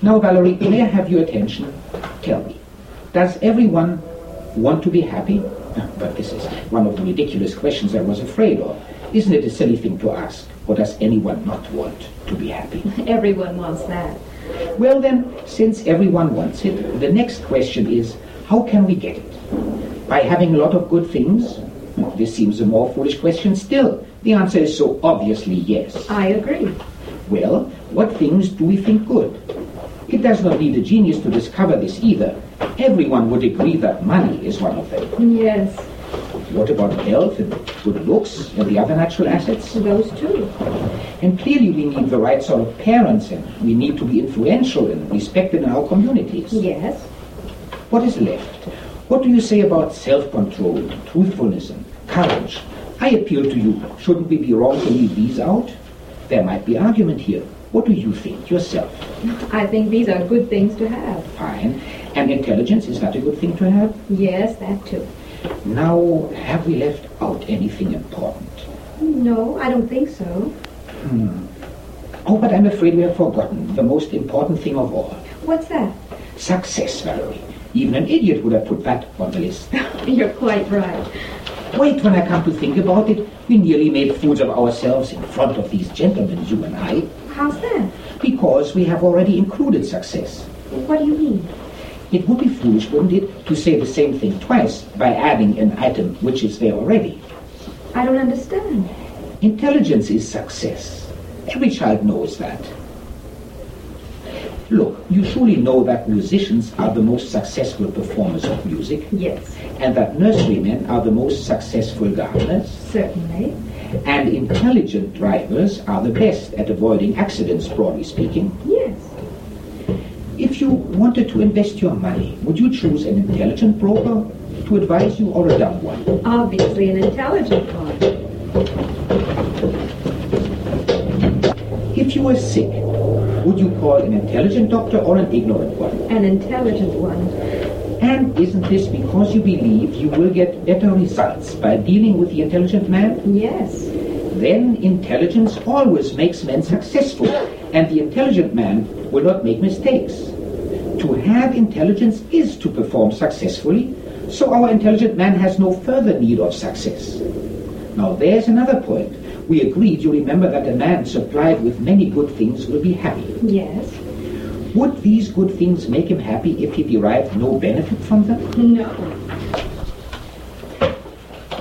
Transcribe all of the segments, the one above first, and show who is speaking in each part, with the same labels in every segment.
Speaker 1: Now, Valerie, may I have your attention? Tell me, does everyone want to be happy? Ah, But this is one of the ridiculous questions I was afraid of. Isn't it a silly thing to ask? Or does anyone not want to be happy?
Speaker 2: Everyone wants that.
Speaker 1: Well, then, since everyone wants it, the next question is how can we get it? By having a lot of good things? This seems a more foolish question still. The answer is so obviously yes.
Speaker 2: I agree.
Speaker 1: Well, what things do we think good? It does not need a genius to discover this either. Everyone would agree that money is one of them.
Speaker 2: Yes,
Speaker 1: What about health and good looks and the other natural assets?
Speaker 2: those too.
Speaker 1: And clearly we need the right sort of parents and we need to be influential and respected in our communities.
Speaker 2: Yes.
Speaker 1: What is left? What do you say about self-control, truthfulness, and courage? I appeal to you. Shouldn't we be wrong to leave these out? There might be argument here. What do you think yourself?
Speaker 2: I think these are good things to have.
Speaker 1: Fine. And intelligence, is that a good thing to have?
Speaker 2: Yes, that too.
Speaker 1: Now, have we left out anything important?
Speaker 2: No, I don't think so.
Speaker 1: Oh, but I'm afraid we have forgotten the most important thing of all.
Speaker 2: What's that?
Speaker 1: Success, Valerie. Even an idiot would have put that on the list.
Speaker 2: You're quite right.
Speaker 1: Wait, when I come to think about it, we nearly made fools of ourselves in front of these gentlemen, you and I,
Speaker 2: How's that?
Speaker 1: because we have already included success.
Speaker 2: What do you mean?
Speaker 1: It would be foolish, wouldn't it, to say the same thing twice by adding an item which is there already.
Speaker 2: I don't understand.
Speaker 1: Intelligence is success. Every child knows that. Look, you surely know that musicians are the most successful performers of music,
Speaker 2: Yes,
Speaker 1: and that nurserymen are the most successful gardeners.
Speaker 2: certainly.
Speaker 1: And intelligent drivers are the best at avoiding accidents, broadly speaking.
Speaker 2: Yes.
Speaker 1: If you wanted to invest your money, would you choose an intelligent broker to advise you or a dumb one?
Speaker 2: Obviously an intelligent one.
Speaker 1: If you were sick, would you call an intelligent doctor or an ignorant one?
Speaker 2: An intelligent one.
Speaker 1: And isn't this because you believe you will get better results by dealing with the intelligent man?
Speaker 2: Yes.
Speaker 1: Then intelligence always makes men successful, and the intelligent man will not make mistakes. To have intelligence is to perform successfully, so our intelligent man has no further need of success. Now there's another point. We agreed, you remember, that a man supplied with many good things will be happy.
Speaker 2: Yes.
Speaker 1: Would these good things make him happy if he derived no benefit from them?
Speaker 2: No.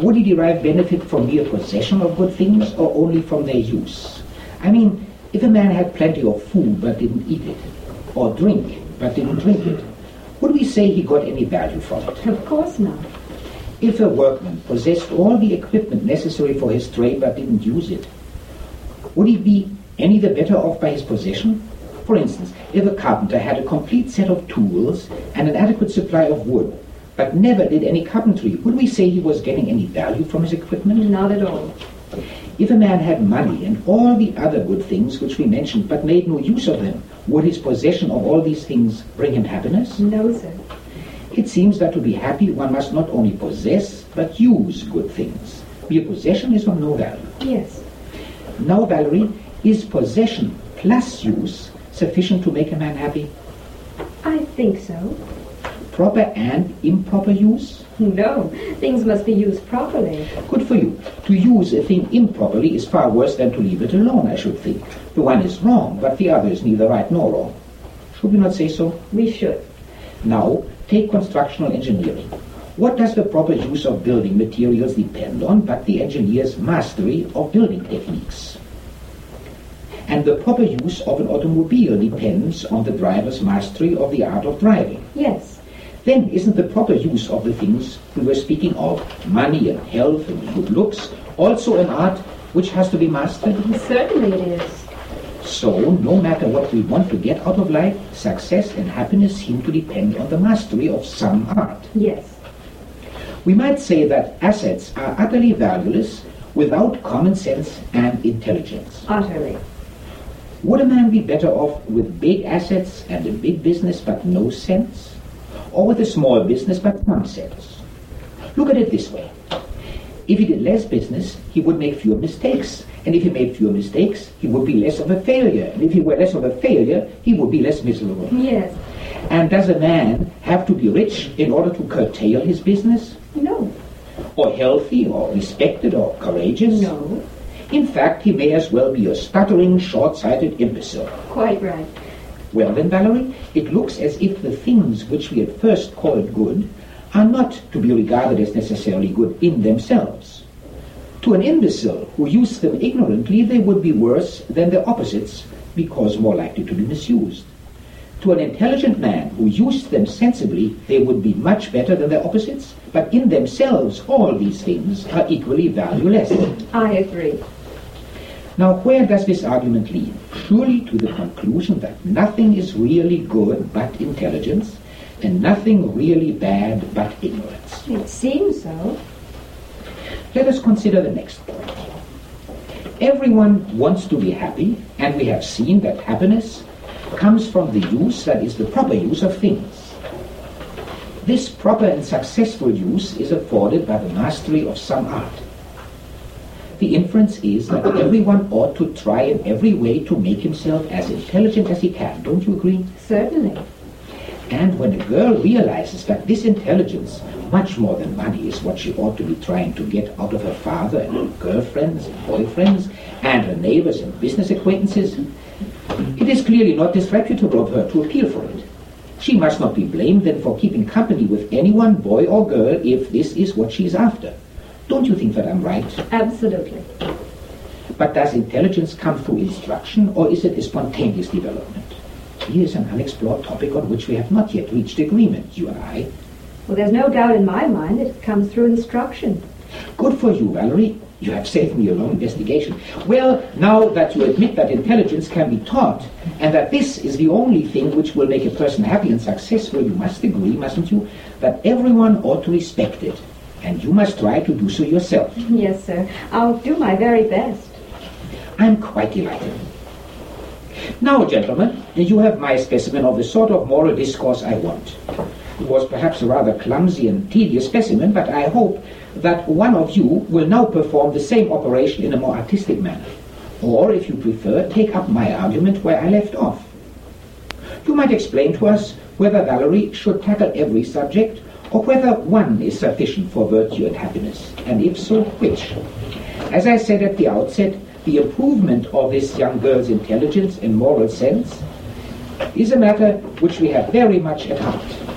Speaker 1: Would he derive benefit from mere possession of good things or only from their use? I mean, if a man had plenty of food but didn't eat it, or drink but didn't drink it, would we say he got any value from it?
Speaker 2: Of course not.
Speaker 1: If a workman possessed all the equipment necessary for his trade but didn't use it, would he be any the better off by his possession? For instance, if a carpenter had a complete set of tools and an adequate supply of wood, but never did any carpentry, would we say he was getting any value from his equipment?
Speaker 2: Not at all.
Speaker 1: If a man had money and all the other good things which we mentioned, but made no use of them, would his possession of all these things bring him happiness?
Speaker 2: No, sir.
Speaker 1: It seems that to be happy, one must not only possess, but use good things. Mere possession is of no value.
Speaker 2: Yes.
Speaker 1: Now, Valerie, is possession plus use sufficient to make a man happy?
Speaker 2: I think so.
Speaker 1: Proper and improper use?
Speaker 2: No. Things must be used properly.
Speaker 1: Good for you. To use a thing improperly is far worse than to leave it alone, I should think. The one is wrong, but the other is neither right nor wrong. Should we not say so?
Speaker 2: We should.
Speaker 1: Now, take constructional engineering. What does the proper use of building materials depend on but the engineer's mastery of building techniques? And the proper use of an automobile depends on the driver's mastery of the art of driving.
Speaker 2: Yes.
Speaker 1: Then isn't the proper use of the things we were speaking of, money and health and good looks, also an art which has to be mastered?
Speaker 2: Certainly it is.
Speaker 1: So, no matter what we want to get out of life, success and happiness seem to depend on the mastery of some art.
Speaker 2: Yes.
Speaker 1: We might say that assets are utterly valueless without common sense and intelligence.
Speaker 2: Utterly.
Speaker 1: Would a man be better off with big assets and a big business but no sense? Or with a small business but some sense? Look at it this way. If he did less business, he would make fewer mistakes And if he made fewer mistakes, he would be less of a failure. And if he were less of a failure, he would be less miserable.
Speaker 2: Yes.
Speaker 1: And does a man have to be rich in order to curtail his business?
Speaker 2: No.
Speaker 1: Or healthy, or respected, or courageous?
Speaker 2: No.
Speaker 1: In fact, he may as well be a stuttering, short-sighted imbecile.
Speaker 2: Quite right.
Speaker 1: Well then, Valerie, it looks as if the things which we at first called good are not to be regarded as necessarily good in themselves. To an imbecile who used them ignorantly, they would be worse than their opposites because more likely to be misused. To an intelligent man who used them sensibly, they would be much better than their opposites, but in themselves all these things are equally valueless.
Speaker 2: I agree.
Speaker 1: Now, where does this argument lead? Surely to the conclusion that nothing is really good but intelligence, and nothing really bad but ignorance.
Speaker 2: It seems so.
Speaker 1: Let us consider the next point. Everyone wants to be happy, and we have seen that happiness comes from the use that is the proper use of things. This proper and successful use is afforded by the mastery of some art. The inference is that everyone ought to try in every way to make himself as intelligent as he can. Don't you agree?
Speaker 2: Certainly.
Speaker 1: And when a girl realizes that this intelligence, much more than money, is what she ought to be trying to get out of her father and her girlfriends and boyfriends and her neighbors and business acquaintances, it is clearly not disreputable of her to appeal for it. She must not be blamed then for keeping company with anyone, boy or girl, if this is what she is after. Don't you think that I'm right?
Speaker 2: Absolutely.
Speaker 1: But does intelligence come through instruction or is it a spontaneous development? Here is an unexplored topic on which we have not yet reached agreement, you and I.
Speaker 2: Well, there's no doubt in my mind that it comes through instruction.
Speaker 1: Good for you, Valerie. You have saved me a long investigation. Well, now that you admit that intelligence can be taught and that this is the only thing which will make a person happy and successful, you must agree, mustn't you, that everyone ought to respect it. And you must try to do so yourself.
Speaker 2: Yes, sir. I'll do my very best.
Speaker 1: I'm quite delighted. Now, gentlemen, you have my specimen of the sort of moral discourse I want. It was perhaps a rather clumsy and tedious specimen, but I hope that one of you will now perform the same operation in a more artistic manner. Or, if you prefer, take up my argument where I left off. You might explain to us whether Valerie should tackle every subject, or whether one is sufficient for virtue and happiness, and if so, which. As I said at the outset, the improvement of this young girl's intelligence and moral sense is a matter which we have very much at heart.